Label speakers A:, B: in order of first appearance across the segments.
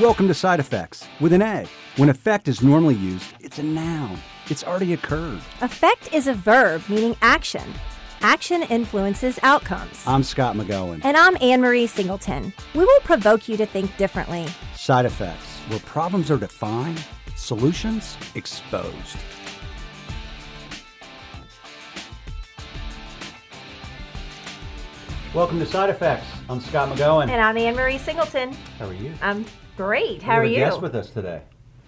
A: Welcome to Side Effects with an A. When effect is normally used, it's a noun. It's already occurred.
B: Effect is a verb meaning action. Action influences outcomes.
A: I'm Scott McGowan.
B: and I'm Anne Marie Singleton. We will provoke you to think differently.
A: Side Effects, where problems are defined, solutions exposed. Welcome to Side Effects. I'm Scott McGowan.
B: And I'm Anne Marie Singleton.
A: How are you?
B: I'm great. How are
A: We have a
B: you?
A: Guest with us today.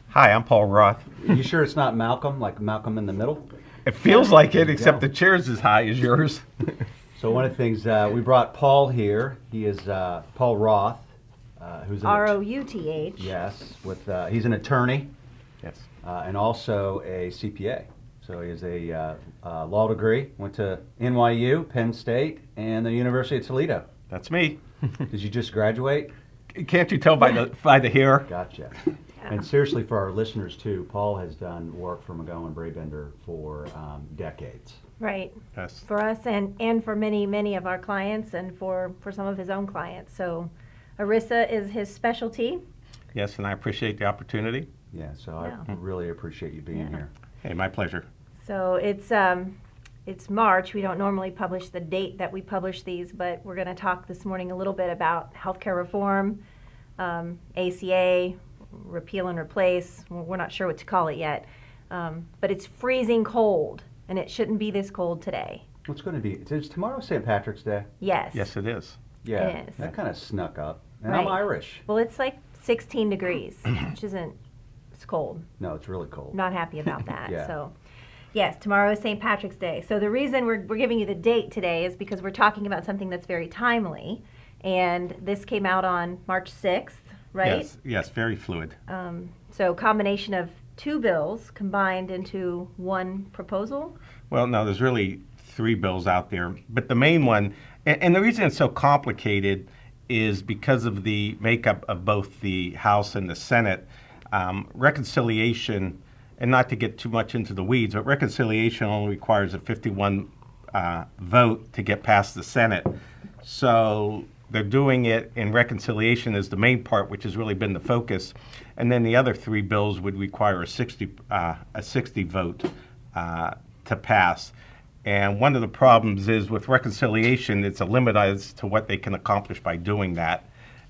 C: Hi, I'm Paul Roth.
A: Are you sure it's not Malcolm, like Malcolm in the Middle?
C: It feels like it, except
A: go.
C: the chair's as high as yours.
A: So one of the things uh, we brought Paul here. He is uh, Paul Roth, uh, who's an
B: R O U T H.
A: yes, with uh, he's an attorney.
C: Yes.
A: uh, and also a CPA. So he has a uh, uh, law degree, went to NYU, Penn State, and the University of Toledo.
C: That's me.
D: Hmm.
A: Did you just graduate?
C: Can't you tell by the by the hair?
A: Gotcha. And seriously, for our listeners too, Paul has done work for McGowan Brabender for um, decades.
D: Right,
C: Yes.
D: for us and, and for many, many of our clients and for, for some of his own clients. So ERISA is his specialty.
C: Yes, and I appreciate the opportunity.
A: Yeah, so I
D: Yeah.
A: really appreciate you being here.
C: Hey, my pleasure.
D: So it's, um, it's March. We don't normally publish the date that we publish these, but we're going to talk this morning a little bit about healthcare reform, um, ACA, repeal and replace. We're we're not sure what to call it yet. Um, but it's freezing cold and it shouldn't be this cold today.
A: What's going to be? Is tomorrow St. Patrick's Day?
D: Yes.
C: Yes, it is.
A: Yeah,
D: It is.
A: that kind of snuck up. And I'm
D: Right.
A: Irish.
D: Well, it's like 16 degrees, which isn't, it's cold.
A: No, it's really cold.
D: I'm not happy about that.
A: Yeah.
D: So, yes, tomorrow is St. Patrick's Day. So, the reason we're, we're giving you the date today is because we're talking about something that's very timely. And this came out on March 6th, right? Um,
C: Yes, yes, very fluid.
D: So, combination of two bills combined into one proposal.
C: Well, no, there's really three bills out there, but the main one, and, and the reason it's so complicated is because of the makeup of both the House and the Senate. Um, reconciliation, and not to get too much into the weeds, but reconciliation only requires a 51 uh, vote to get past the Senate. So they're doing it, and reconciliation is the main part, which has really been the focus. And then the other three bills would require a 60 uh, a 60 vote uh, to pass. And one of the problems is with reconciliation, it's a limit as to what they can accomplish by doing that.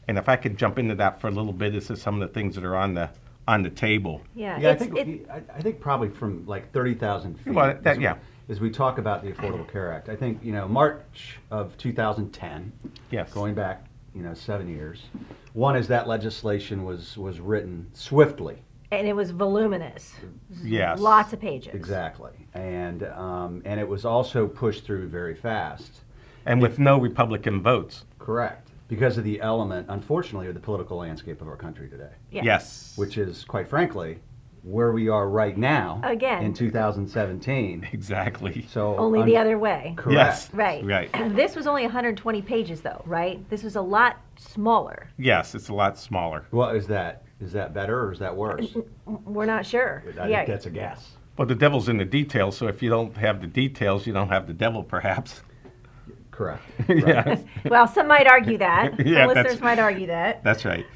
C: And if I could jump into that for a little bit, this is some of the things that are on the on the table.
D: Yeah.
A: Yeah, I
D: it's-
A: think,
D: it-
A: I, I think probably from like 30,000 feet.
C: Well, that-
A: as,
C: yeah.
A: As we talk about the Affordable Care Act, I think, you know, March of 2010.
C: Yes.
A: Going back, you know, seven years. One is that legislation was, was written swiftly.
D: and it was voluminous.
C: Yes.
D: Lots of pages.
A: Exactly. And, um, and it was also pushed through very fast.
C: And with no Republican votes.
A: Correct. Because of the element, unfortunately, of the political landscape of our country today,
D: Yeah.
C: Yes.
A: which is, quite frankly, where we are right now.
D: Again.
A: In 2017.
C: exactly.
A: So.
D: Only
A: un-
D: the other way.
A: Correct.
C: Yes.
D: Right.
C: Right.
D: This was only 120 pages, though, right? This was a lot smaller.
C: Yes, it's a lot smaller.
A: Well, is that is that better or is that worse?
D: We're not sure.
A: I think that's a guess.
C: Well, the devil's in the details, so if you don't have the details, you don't have the devil, perhaps.
A: Correct.
C: yes.
D: well, some might argue that. Some
C: Yeah, that's-
D: listeners might argue that.
C: That's right.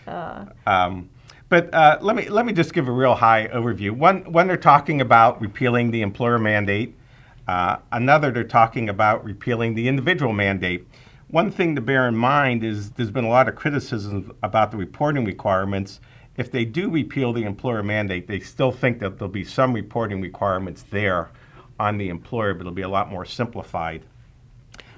C: um, but uh, let me let me just give a real high overview. One one they're talking about repealing the employer mandate. Uh, another they're talking about repealing the individual mandate. One thing to bear in mind is there's been a lot of criticism about the reporting requirements. If they do repeal the employer mandate, they still think that there'll be some reporting requirements there on the employer, but it'll be a lot more simplified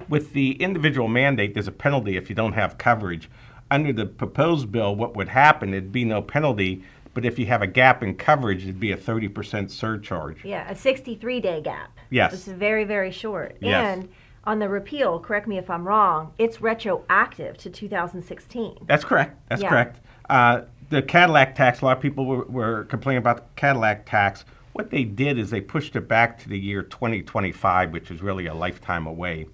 C: with the individual mandate, there's a penalty if you don't have coverage. Under the proposed bill, what would happen? There'd be no penalty, but if you have a gap in coverage, it'd be a 30% surcharge.
D: Yeah, a 63 day gap.
C: Yes.
D: It's very, very short.
C: Yes.
D: And on the repeal, correct me if I'm wrong, it's retroactive to 2016.
C: That's correct. That's
D: Yeah.
C: correct. Uh, the Cadillac tax, a lot of people were, were complaining about the Cadillac tax. What they did is they pushed it back to the year 2025, which is really a lifetime away.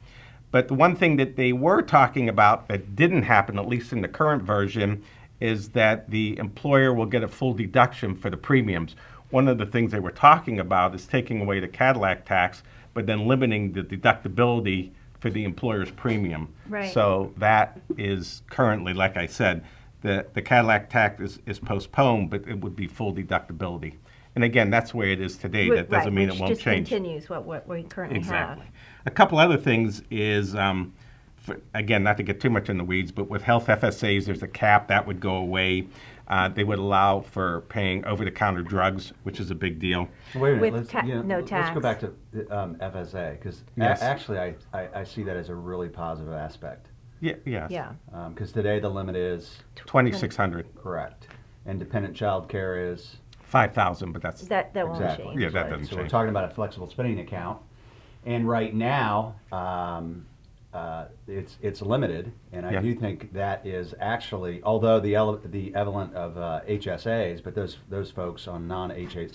C: But the one thing that they were talking about that didn't happen, at least in the current version, is that the employer will get a full deduction for the premiums. One of the things they were talking about is taking away the Cadillac tax, but then limiting the deductibility for the employer's premium.
D: Right.
C: So that is currently, like I said, the, the Cadillac tax is, is postponed, but it would be full deductibility. And again, that's where it is today.
D: Wh-
C: That doesn't
D: right,
C: mean
D: which
C: it won't
D: just
C: change.
D: continues what, what we currently
C: Exactly.
D: have.
C: A couple other things is, um, for, again, not to get too much in the weeds, but with health FSAs, there's a cap that would go away. Uh, they would allow for paying over-the-counter drugs, which is a big deal.
A: Wait a minute.
D: With
A: let's,
D: ta-
A: you know,
D: no
A: let's
D: tax.
A: go back to um, FSA because
C: Yes.
A: actually I, I, I see that as a really positive aspect
C: Yeah, yes.
D: Yeah.
A: because today the limit is
C: Twenty-six hundred,
A: correct, and dependent child care is
C: five thousand, but that's
D: That, that won't
A: exactly
D: change.
C: Yeah, that
A: right.
C: doesn't
A: So we're
C: change.
A: talking about a flexible spending account, and right now um, uh, it's it's limited, and I
C: Yeah.
A: do think that is actually although the ele- the element of uh, HSAs, but those those folks on non HSA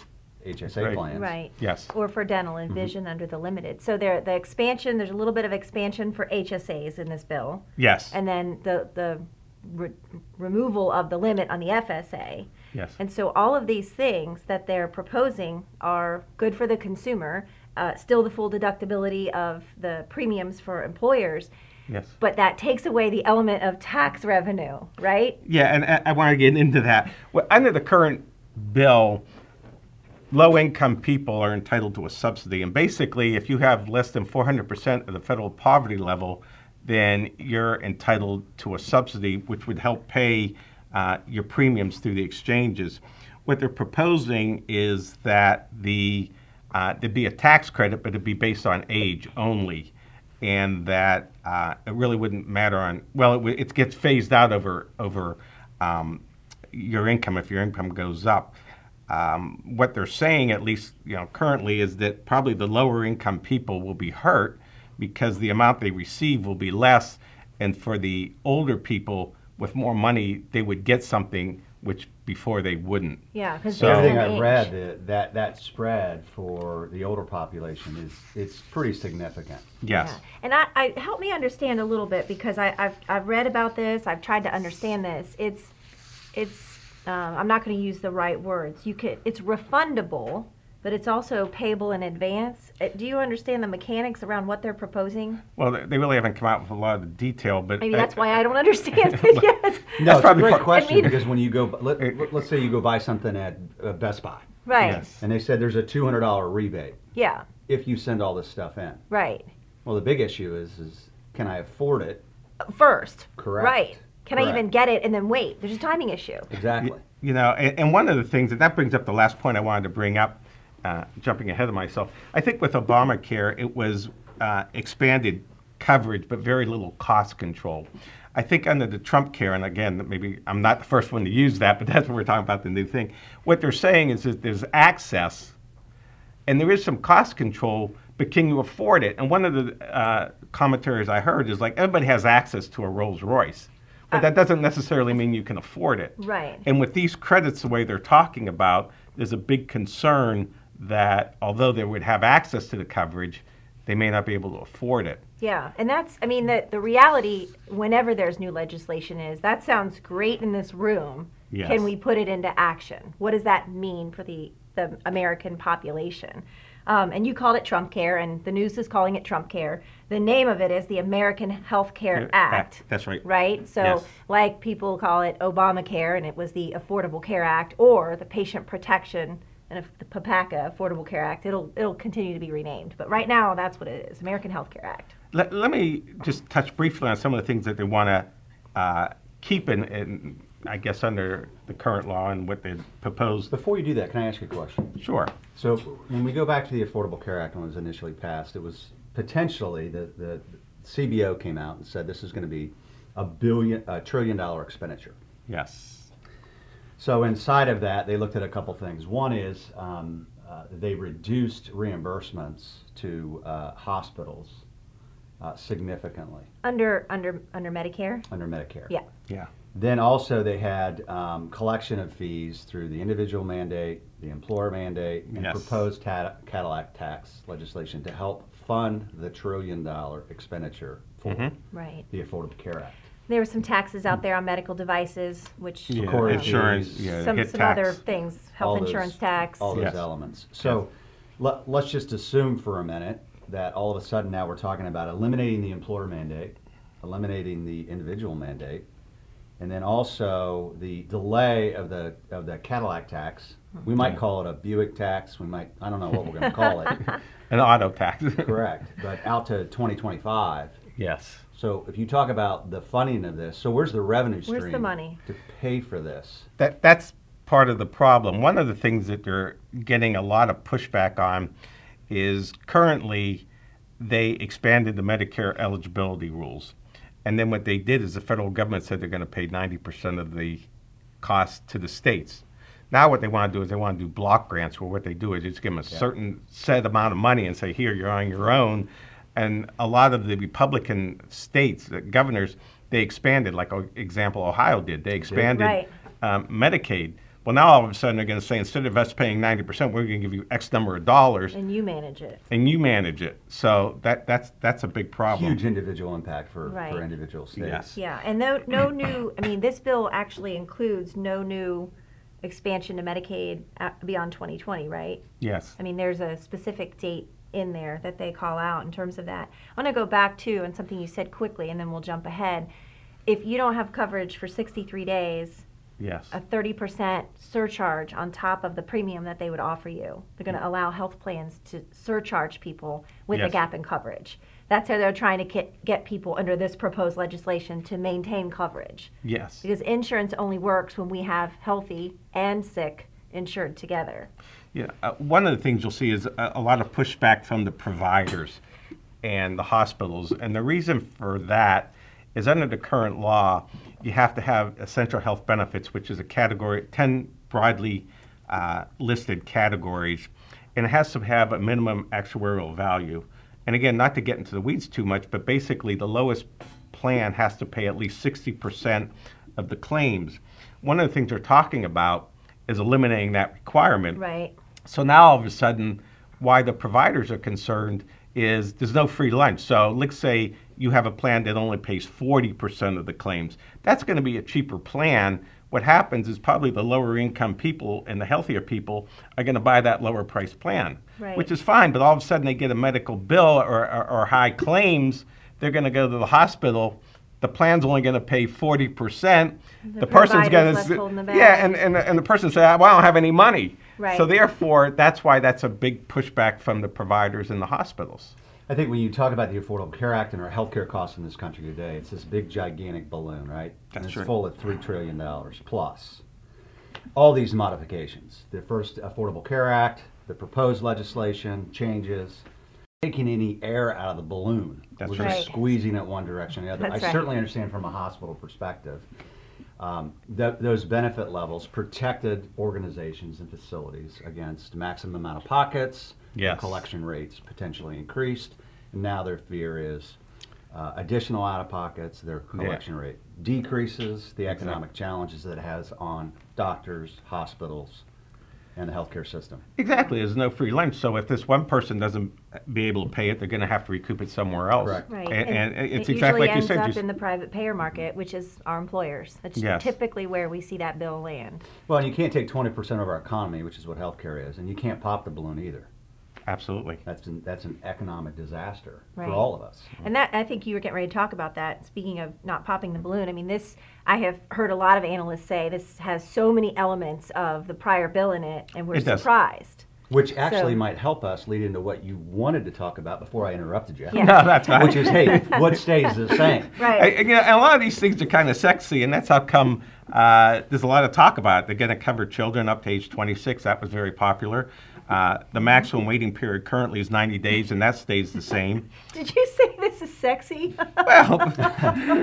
C: Right.
A: plans
D: Right.
C: yes. Mm-hmm.
D: Or for dental and vision under the limited. So there, the expansion, there's a little bit of expansion for HSAs in this bill.
C: Yes.
D: And then the, the re- removal of the limit on the FSA.
C: yes.
D: And so all of these things that they're proposing are good for the consumer, uh, still the full deductibility of the premiums for employers,
C: yes.
D: but that takes away the element of tax revenue, right?
C: Yeah, and I, I want to get into that. Well, under the current bill, low income people are entitled to a subsidy. And basically, if you have less than 400% of the federal poverty level, then you're entitled to a subsidy, which would help pay uh, your premiums through the exchanges. What they're proposing is that the uh, there'd be a tax credit, but it'd be based on age only, and that uh, it really wouldn't matter on. Well, it, w- it gets phased out over over um, your income if your income goes up. Um, what they're saying, at least you know currently, is that probably the lower income people will be hurt because the amount they receive will be less, and for the older people with more money, they would get something which before they wouldn't.
D: Yeah, because
C: So-
A: The
C: Yeah.
A: other
D: based
A: thing
D: on
A: I
D: age.
A: read that, that that spread for the older population is it's pretty significant.
C: Yes.
D: Yeah. And I, I help me understand a little bit because I, I've, I've read about this. I've tried to understand this. It's it's um, I'm not going to use the right words. You could it's refundable, but it's also payable in advance. Uh, Do you understand the mechanics around what they're proposing?
C: Well, they- they really haven't come out with a lot of detail, but
D: Maybe that's why I don't understand it yet.
A: No, it's
C: probably
A: a
C: part-
A: great question
D: I mean-
A: because when you go, let, let- let's say you go buy something at uh, Best Buy,
D: Right.
C: Yes.
A: and they said there's a $200 rebate
D: Yeah.
A: if you send all this stuff in.
D: Right.
A: Well, the big issue is is can I afford it?
D: First.
A: Correct.
D: Right. Can I even
A: Correct.
D: get it and then wait? There's a timing issue.
A: Exactly.
C: You know, and, and one of the things that that brings up the last point I wanted to bring up, uh, jumping ahead of myself. I think with Obamacare, it was uh, expanded coverage, but very little cost control. I think under the Trump care, and again, maybe I'm not the first one to use that, but that's what we're talking about the new thing. What they're saying is that there's access and there is some cost control, but can you afford it? And one of the uh, commentaries I heard is like everybody has access to a Rolls Royce, but that doesn't necessarily mean you can afford it.
D: Right.
C: And with these credits, the way they're talking about, there's a big concern that although they would have access to the coverage, they may not be able to afford it.
D: Yeah, and that's, I mean, the, the reality, whenever there's new legislation, is that sounds great in this room.
C: Yes.
D: Can we put it into action? What does that mean for the, the American population? Um, and you called it Trump Care, and the news is calling it Trump Care. The name of it is the American Health Care
C: Act,
D: Act.
C: that's right.
D: Right? So,
C: Yes.
D: like people call it Obamacare, and it was the Affordable Care Act or the Patient Protection and if- the PPACA Affordable Care Act. It'll, it'll continue to be renamed. But right now, that's what it is American Health Care Act.
C: Let, let me just touch briefly on some of the things that they want to uh, keep in, in, I guess, under the current law and what they proposed.
A: Before you do that, can I ask you a question?
C: Sure.
A: So when we go back to the Affordable Care Act when it was initially passed, it was potentially the, the CBO came out and said this is going to be a billion, a trillion dollar expenditure.
C: Yes.
A: So inside of that, they looked at a couple things. One is um, uh, they reduced reimbursements to uh, hospitals uh, significantly
D: Under under under Medicare?
A: under Medicare.
D: Yeah.
C: Yeah.
A: Then also they had um, collection of fees through the individual mandate, the employer mandate, and
C: Yes.
A: proposed ta- Cadillac tax legislation to help fund the trillion dollar expenditure for
D: Right.
A: the Affordable Care Act.
D: There were some taxes out there on medical devices, which
C: Yeah,
A: Corey
C: insurance.
A: fees,
C: Yeah,
D: some
C: hit
D: some
C: tax.
D: other things,
A: all
D: health
A: those-
D: insurance tax.
A: All those
C: Yes.
A: elements. So let, let's just assume for a minute that all of a sudden now we're talking about eliminating the employer mandate, eliminating the individual mandate, And then also the delay of the, of the Cadillac tax. We
C: Hmm.
A: might call it a Buick tax. We might, I don't know what we're going to call it.
C: An auto tax.
A: Correct. But out to 2025.
C: Yes.
A: So if you talk about the funding of this, so where's the revenue stream?
D: Where's the money?
A: To pay for this.
C: That that's part of the problem. One of the things that they're getting a lot of pushback on is currently they expanded the Medicare eligibility rules. And then what they did is the federal government said they're going to pay 90% of the cost to the states. Now what they want to do is they want to do block grants where what they do is just give them a certain set amount of money and say here you're on your own. And a lot of the Republican states, the governors, they expanded like o- example Ohio did. They expanded
D: Right.
C: um, Medicaid. Well, now all of a sudden they're going to say instead of us paying 90%, we're going to give you X number of dollars
D: and you manage it.
C: and you manage it. So that that's that's a big problem.
A: Huge individual impact for,
D: Right.
A: for individual states.
C: Yes.
D: Yeah, and no, no new, I mean, this bill actually includes no new expansion to Medicaid uh, beyond 2020, right?
C: Yes.
D: I mean, there's a specific date in there that they call out in terms of that. I want to go back to and something you said quickly, and then we'll jump ahead. If you don't have coverage for 63 days,
C: Yes.
D: a 30% surcharge on top of the premium that they would offer you. They're going to allow health plans to surcharge people with a
C: Yes.
D: gap in coverage. That's how they're trying to get, get people under this proposed legislation to maintain coverage.
C: Yes.
D: Because insurance only works when we have healthy and sick insured together.
C: Yeah, uh, one of the things you'll see is a, a lot of pushback from the providers and the hospitals. And the reason for that is under the current law, you have to have essential health benefits, which is a category, 10 broadly uh, listed categories, and it has to have a minimum actuarial value. And again, not to get into the weeds too much, but basically the lowest plan has to pay at least 60% of the claims. One of the things they're talking about is eliminating that requirement.
D: Right.
C: So now all of a sudden, why the providers are concerned is there's no free lunch. So let's say you have a plan that only pays 40% of the claims. That's going to be a cheaper plan. What happens is probably the lower income people and the healthier people are going to buy that lower price plan,
D: Right.
C: which is fine. But all of a sudden they get a medical bill or, or, or high claims. They're going to go to the hospital. The plan's only going to pay 40%. The, person's
D: provider's
C: going
D: left
C: to.
D: holding the
C: Yeah,
D: bag.
C: and, and, and, the person said, well, I don't have any money.
D: Right.
C: So therefore, that's why that's a big pushback from the providers and the hospitals.
A: I think when you talk about the Affordable Care Act and our healthcare costs in this country today, it's this big gigantic balloon, right? and
C: That's
A: it's
C: right.
A: full of three trillion dollars plus. All these modifications, the first Affordable Care Act, the proposed legislation, changes, taking any air out of the balloon.
C: That's
A: We're
D: right.
A: just squeezing it one direction or the other.
D: That's
A: I
D: right.
A: certainly understand from a hospital perspective. Um, th- those benefit levels protected organizations and facilities against maximum out of pockets,
C: Yes.
A: collection rates potentially increased. And now their fear is uh, additional out of pockets, their collection rate decreases, the economic challenges that it has on doctors, hospitals, and the healthcare system.
C: Exactly. There's no free lunch. So if this one person doesn't be able to pay it, they're going to have to recoup it somewhere else.
A: Correct.
D: Right.
C: And, and it's
D: it
C: exactly
D: usually
C: like you said.
D: ends
C: you
D: up
C: s-
D: in the private payer market, which is our employers. That's
C: Yes.
D: typically where we see that bill land.
A: Well, and you can't take 20% of our economy, which is what healthcare is, and you can't pop the balloon either.
C: absolutely.
A: That's an, that's an economic disaster
D: Right.
A: for all of us.
D: And that I think you were getting ready to talk about that. Speaking of not popping the balloon, I mean this I have heard a lot of analysts say this has so many elements of the prior bill in it and we're
C: It does.
D: surprised.
A: Which actually
D: So-
A: might help us lead into what you wanted to talk about before I interrupted you.
D: Yeah.
C: No, that's fine.
A: Which is, hey, what stays the same?
D: Right.
C: And, you know, and a lot of these things are kind of sexy, and that's how come uh, there's a lot of talk about it. They're going to cover children up to age 26. That was very popular. Uh, the maximum waiting period currently is 90 days, and that stays the same.
D: Did you say this is sexy?
C: Well,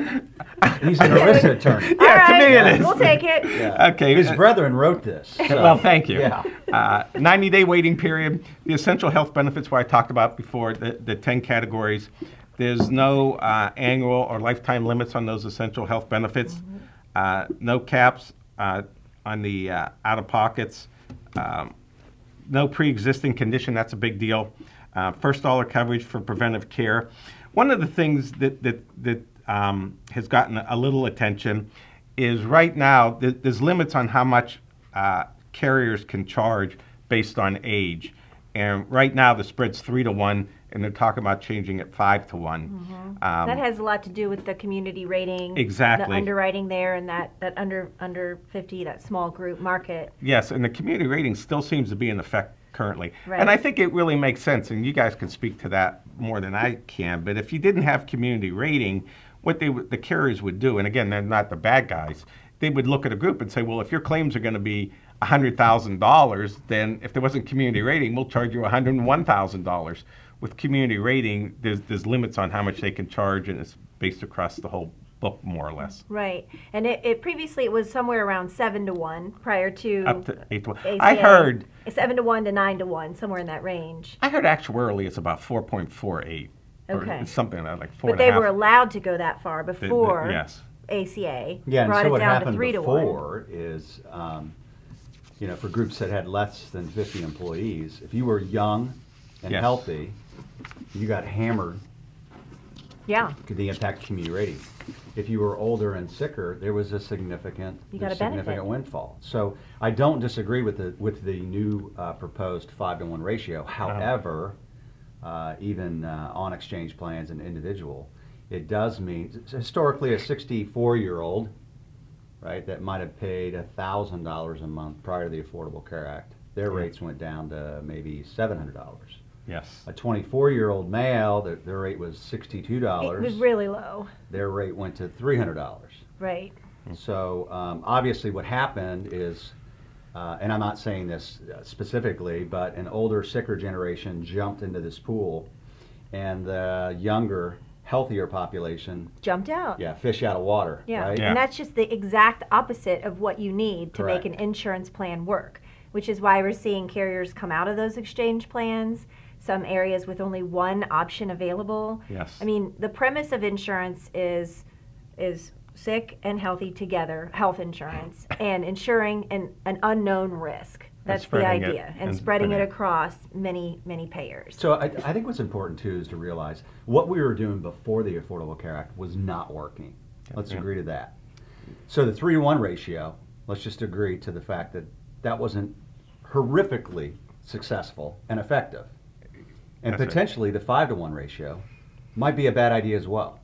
A: He's an ERISA attorney.
D: All right,
C: me it is.
D: We'll take it.
C: okay.
A: His
C: uh,
A: brethren wrote this. so-
C: Well, thank you.
A: Yeah.
C: Uh, 90 day waiting period, the essential health benefits, where I talked about before, the, the 10 categories. There's no uh, annual or lifetime limits on those essential health benefits,
A: Mm-hmm.
C: uh, no caps uh, on the uh, out of pockets, um, no pre existing condition, that's a big deal. Uh, first dollar coverage for preventive care. One of the things that, that, that um, has gotten a little attention is right now th- there's limits on how much uh, carriers can charge based on age. And right now, the spread's three to one, and they're talking about changing it five to one. Um,
D: That has a lot to do with the community rating. The
C: Exactly.
D: underwriting there and that, that under, under 50, that small group market.
C: Yes, and the community rating still seems to be in effect currently.
D: Right.
C: And I think it really makes sense, and you guys can speak to that more than I can, but if you didn't have community rating, what they, would- the carriers would do, and again, they're not the bad guys, they would look at a group and say, well, if your claims are going to be $100,000, then if there wasn't community rating, we'll charge you $101,000. With community rating, there's, there's limits on how much they can charge, and it's based across the whole book, more or less.
D: Right. And it, it previously, it was somewhere around seven to one prior to.
C: Up to eight to one.
D: ACA.
C: I heard
D: Seven to one to nine to one, somewhere in that range.
C: I heard actuarially it's about 4.48
D: Okay.
C: or something like four
D: But
C: and a
D: they
C: half.
D: were allowed to go that far
C: They- they-
D: before.
C: yes.
D: ACA.
A: Yeah, and
D: brought
A: so
D: it
A: what
D: down to
A: happened
D: three to one.
A: before is, um, you know, for groups that had less than 50 employees, if you were young and
C: Yes.
A: healthy, you got hammered
D: Yeah,
A: to the impact of community rating. If you were older and sicker, there was a significant,
D: You got a
A: significant
D: benefit.
A: windfall. So I don't disagree with the with the new uh, proposed five to one
D: Uh-huh.
A: ratio. However, uh, even uh, on exchange plans and individual, it does mean historically a 64 year old, right, that might have paid thousand dollars a month prior to the Affordable Care Act. Their rates went down to maybe seven hundred dollars.
C: Yes.
A: A 24 year old male, their, their rate was sixty-two
D: it was
A: dollars
D: really low,
A: their rate went to three hundred dollars.
D: right?
A: So um, obviously, what happened is, uh, and I'm not saying this uh, specifically, but an older, sicker generation jumped into this pool, and the younger, healthier population,
D: Jumped out.
A: yeah, fish out of water,
D: Yeah.
A: right?
C: Yeah.
D: And that's just the exact opposite of what you need to
A: Correct.
D: make an insurance plan work, which is why we're seeing carriers come out of those exchange plans, some areas with only one option available.
C: Yes.
D: I mean, the premise of insurance is is sick and healthy together, health insurance, and ensuring an, an unknown risk. That's the
C: spreading it-
D: idea. and,
C: and
D: spreading it
C: spreading it.
D: across many, many payers.
A: So I, I think what's important too is to realize what we were doing before the Affordable Care Act was not working. Let's
C: Yeah.
A: agree to that. So the three to one ratio. Let's just agree to the fact that that wasn't horrifically successful and effective, and
C: That's right.
A: potentially the five to one ratio might be a bad idea as well.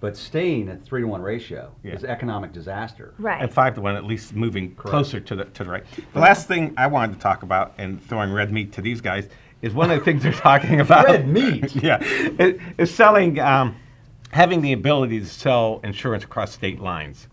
A: But staying at three to one ratio
C: Yeah.
A: is economic disaster.
D: Right.
C: And five to one, at least moving closer to the to the right. The last thing I wanted to talk about, and throwing red meat to these guys, is one of the things they're talking about.
A: Red meat?
C: yeah, it, it's selling, um, having the ability to sell insurance across state lines.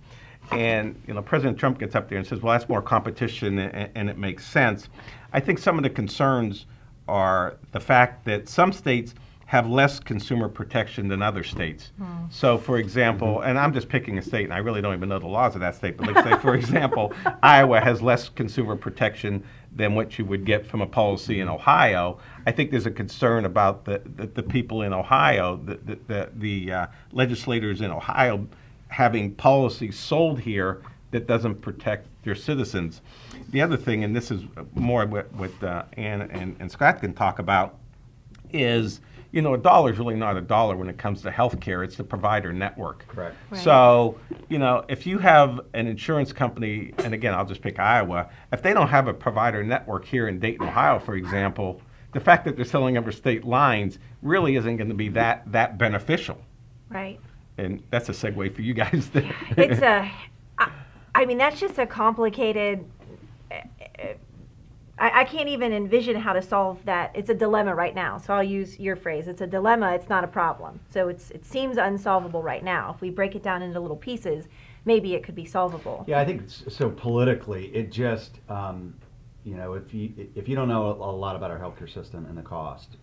C: And you know, President Trump gets up there and says, "Well, that's more competition, and, and it makes sense." I think some of the concerns are the fact that some states have less consumer protection than other states. So, for example,
A: Mm-hmm.
C: and I'm just picking a state, and I really don't even know the laws of that state, but let's say, for example, Iowa has less consumer protection than what you would get from a policy in Ohio. I think there's a concern about the, the, the people in Ohio, the, the, the, the uh, legislators in Ohio having policies sold here that doesn't protect their citizens. The other thing, and this is more what, what uh, Ann and, and Scott can talk about, is you know a dollar is really not a dollar when it comes to healthcare. It's the provider network.
A: Correct.
D: Right.
C: So you know if you have an insurance company, and again I'll just pick Iowa, if they don't have a provider network here in Dayton, Ohio, for example, the fact that they're selling over state lines really isn't going to be that that beneficial.
D: right.
C: And that's a segue for you guys.
D: it's a I, I mean that's just a complicated I, I can't even envision how to solve that it's a dilemma right now so i'll use your phrase it's a dilemma it's not a problem so it's it seems unsolvable right now if we break it down into little pieces maybe it could be solvable
A: Yeah, I think s- so. Politically, it just um, you know if you if you don't know a a lot about our healthcare system and the cost,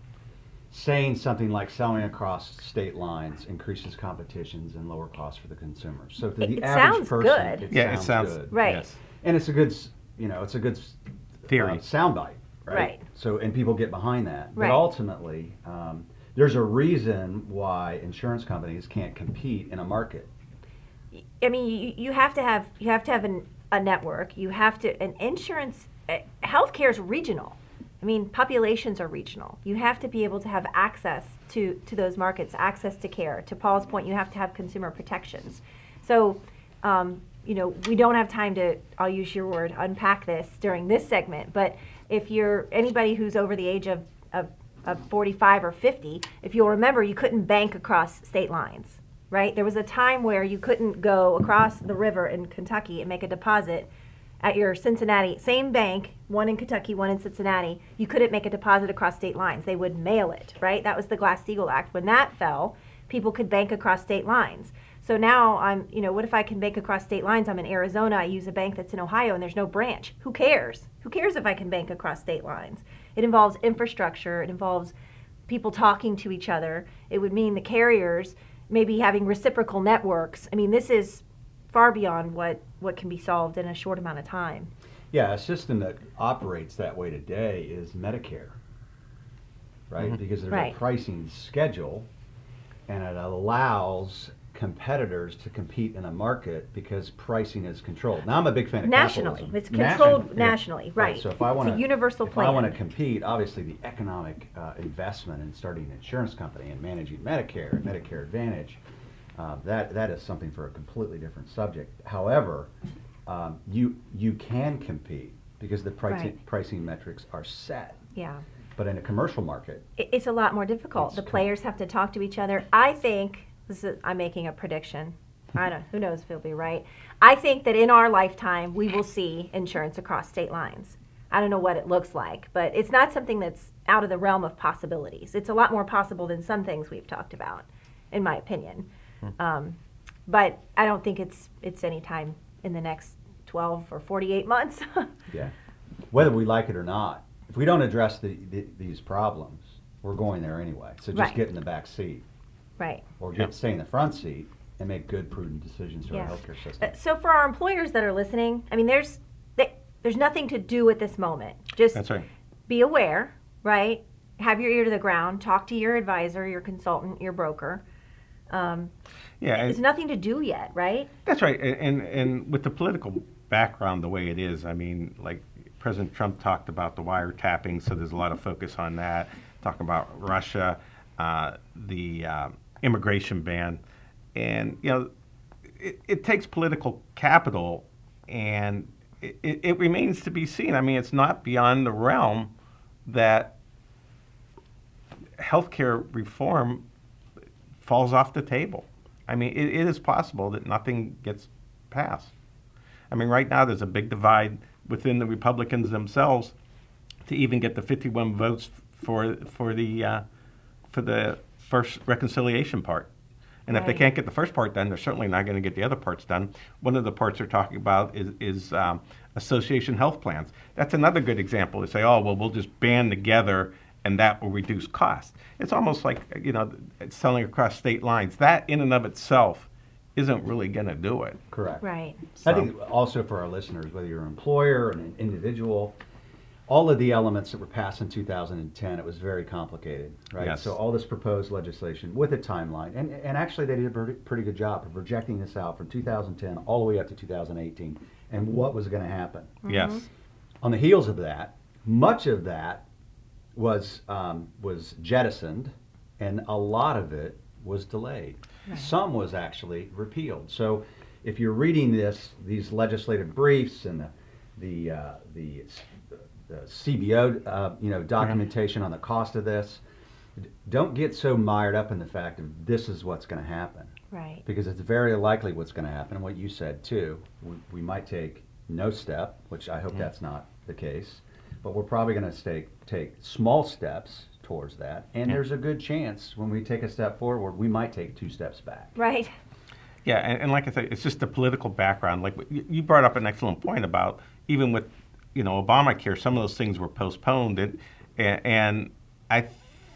A: saying something like selling across state lines increases competitions and lower costs for the consumer. So to
D: It-
A: the
D: it
A: average
D: sounds
A: person,
D: good.
A: it
C: yeah,
A: sounds,
C: it sounds
A: good.
D: Right.
C: yes.
A: and it's a good s- you know it's a good s-
C: Theory.
A: uh, soundbite, right?
D: Right.
A: So and people get behind that,
D: Right.
A: but ultimately. Um, there's a reason why insurance companies can't compete in a market.
D: I mean, you, you have to have you have to have an, a network. You have to an insurance. Uh, healthcare is regional. I mean, populations are regional. You have to be able to have access to to those markets, access to care. To Paul's point, you have to have consumer protections. So, um, you know, we don't have time to. I'll use your word, unpack this during this segment. But if you're anybody who's over the age of of, of 45 or 50, if you'll remember, you couldn't bank across state lines, right? There was a time where you couldn't go across the river in Kentucky and make a deposit at your Cincinnati, same bank, one in Kentucky, one in Cincinnati. You couldn't make a deposit across state lines. They would mail it, right? That was the Glass Steagall Act. When that fell, people could bank across state lines. So now I'm, you know, what if I can bank across state lines? I'm in Arizona, I use a bank that's in Ohio and there's no branch. Who cares? Who cares if I can bank across state lines? It involves infrastructure, it involves people talking to each other. It would mean the carriers maybe having reciprocal networks. I mean, this is far beyond what what can be solved in a short amount of time.
A: Yeah, a system that operates that way today is Medicare, right? Because there's
D: Right.
A: a pricing schedule, and it allows competitors to compete in a market because pricing is controlled. Now, I'm a big fan of
D: Nationally.
A: capitalism.
D: It's
A: Nation-
D: controlled
A: yeah.
D: nationally, right.
A: So if I
D: It's a
A: want
D: universal
A: if I
D: plan.
A: want to compete, obviously the economic uh, investment in starting an insurance company and managing Medicare and Medicare Advantage. Uh, that that is something for a completely different subject. However, um, you you can compete because the pricing
D: Right.
A: pricing metrics are set.
D: Yeah.
A: But in a commercial market,
D: It- It's a lot more difficult.
A: It's
D: the
A: com-
D: players have to talk to each other. I think this is, I'm making a prediction. I don't. Who knows if it'll be right? I think that in our lifetime we will see insurance across state lines. I don't know what it looks like, but it's not something that's out of the realm of possibilities. It's a lot more possible than some things we've talked about, in my opinion. Um, but I don't think it's it's any time in the next 12 or 48 months.
A: yeah, whether we like it or not, if we don't address the, the, these problems, we're going there anyway. So just
D: Right.
A: get in the back seat
D: right.
A: or get stay in the front seat and make good, prudent decisions for
D: Yeah.
A: our healthcare system.
D: Uh, So for our employers that are listening, I mean, there's they, there's nothing to do at this moment. Just
C: That's right.
D: be aware, right? Have your ear to the ground. Talk to your advisor, your consultant, your broker. Um,
C: Yeah, and-
D: there's nothing to do yet, right?
C: That's right, a- and and with the political background the way it is, I mean, like President Trump talked about the wiretapping, so there's a lot of focus on that. Talking about Russia, uh, the uh, immigration ban, and you know, it, it takes political capital, and it, it it remains to be seen. I mean, it's not beyond the realm that healthcare reform falls off the table. I mean, it, it is possible that nothing gets passed. I mean, right now there's a big divide within the Republicans themselves to even get the 51 votes for for the uh, for the first reconciliation part. And if they
D: Right.
C: can't get the first part done, they're certainly not going to get the other parts done. One of the parts they're talking about is, is um, association health plans. That's another good example. They say, oh, well, we'll just band together and that will reduce costs. It's almost like, you know, selling across state lines. That in and of itself isn't really going to do it.
A: Correct.
D: Right.
A: I
C: So-
A: think also for our listeners, whether you're an employer and an individual, all of the elements that were passed in 2010, it was very complicated, right?
C: Yes.
A: So all this proposed legislation with a timeline, and, and actually they did a pretty- pretty good job of projecting this out from 2010 all the way up to 2018 and what was going to happen.
C: Yes.
A: On the heels of that, much of that was um, was jettisoned, and a lot of it was delayed. Some was actually repealed. So, if you're reading this, these legislative briefs and the the uh, the, the CBO uh, you know documentation on the cost of this, d- don't get so mired up in the fact of this is what's going to happen
D: Right.
A: because it's very likely what's going to happen. What you said too, we, we might take no step, which I hope that's not the case, but we're probably going to take take small steps towards that. And there's a good chance when we take a step forward, we might take two steps back.
D: Right.
C: Yeah, and, and like I said, it's just the political background. Like you you brought up an excellent point about even with you know Obamacare, some of those things were postponed, and and, and I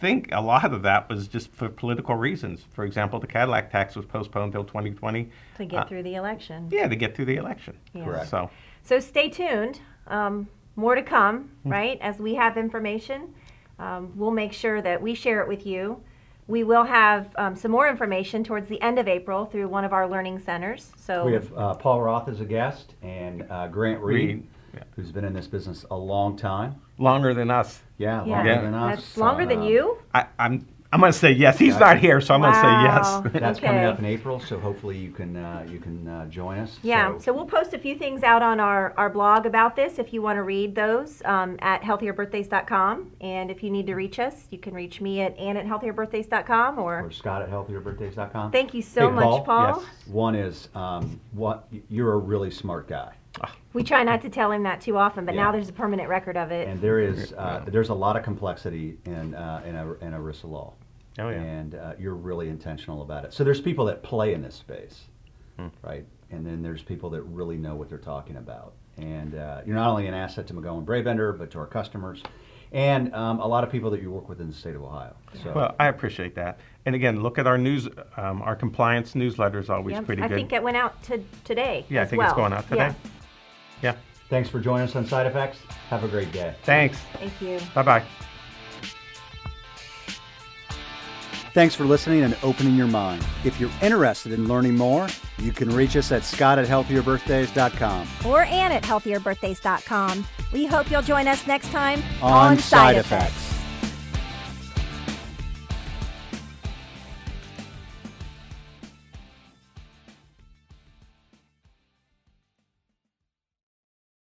C: think a lot of that was just for political reasons. For example, the Cadillac tax was postponed till 2020.
D: To get
C: Uh,
D: through the election.
C: Yeah, to get through the election.
D: Yeah.
A: Correct.
C: So
D: So stay tuned. Um, more to come,
C: Hmm.
D: right? As we have information, um, we'll make sure that we share it with you. We will have um, some more information towards the end of April through one of our learning centers. So
A: We have uh, Paul Roth as a guest and uh, Grant Reed,
C: Reed, yeah.
A: who's been in this business a long time.
C: longer than us.
A: Yeah,
D: yeah,
A: longer than us.
D: that's longer than
A: Um,
D: you.
C: I, I'm I'm going to say yes. He's not here, so I'm
D: Wow.
C: going to say yes.
A: That's coming
D: Okay.
A: up in April, so hopefully you can uh, you can uh, join us.
D: Yeah,
A: So-
D: so we'll post a few things out on our, our blog about this if you want to read those um, at healthierbirthdays.com. And if you need to reach us, you can reach me at Ann at healthierbirthdays.com
A: or
D: or
A: Scott at healthierbirthdays.com.
D: thank you so
C: Hey,
D: much, Paul.
C: Paul. Yes.
A: One is um, what you're a really smart guy,
D: We try not to tell him that too often, but now
A: Yeah.
D: there's a permanent record of it.
A: and there is uh, there's a lot of complexity in uh, in, a, in ERISA law,
C: Oh, yeah.
A: and uh, you're really intentional about it. So there's people that play in this space,
C: Hmm.
A: right? And then there's people that really know what they're talking about, and uh, you're not only an asset to McGowan Brabender, but to our customers, and um, a lot of people that you work with in the state of Ohio. So
C: Well, I appreciate that. And again, look at our news, um, our compliance newsletter is always
D: Yep,
C: pretty
D: I
C: good.
D: think it went out to today.
C: yeah, I
D: as
C: think it's
D: well.
C: going out today.
D: Yeah,
C: Yeah.
A: thanks for joining us on Side Effects. Have a great day.
C: Thanks.
D: thank you.
C: Bye bye.
A: Thanks for listening and opening your mind. If you're interested in learning more, you can reach us at scott at healthierbirthdays.com.
B: or Ann at healthierbirthdays.com. We hope you'll join us next time
A: On Side Effects.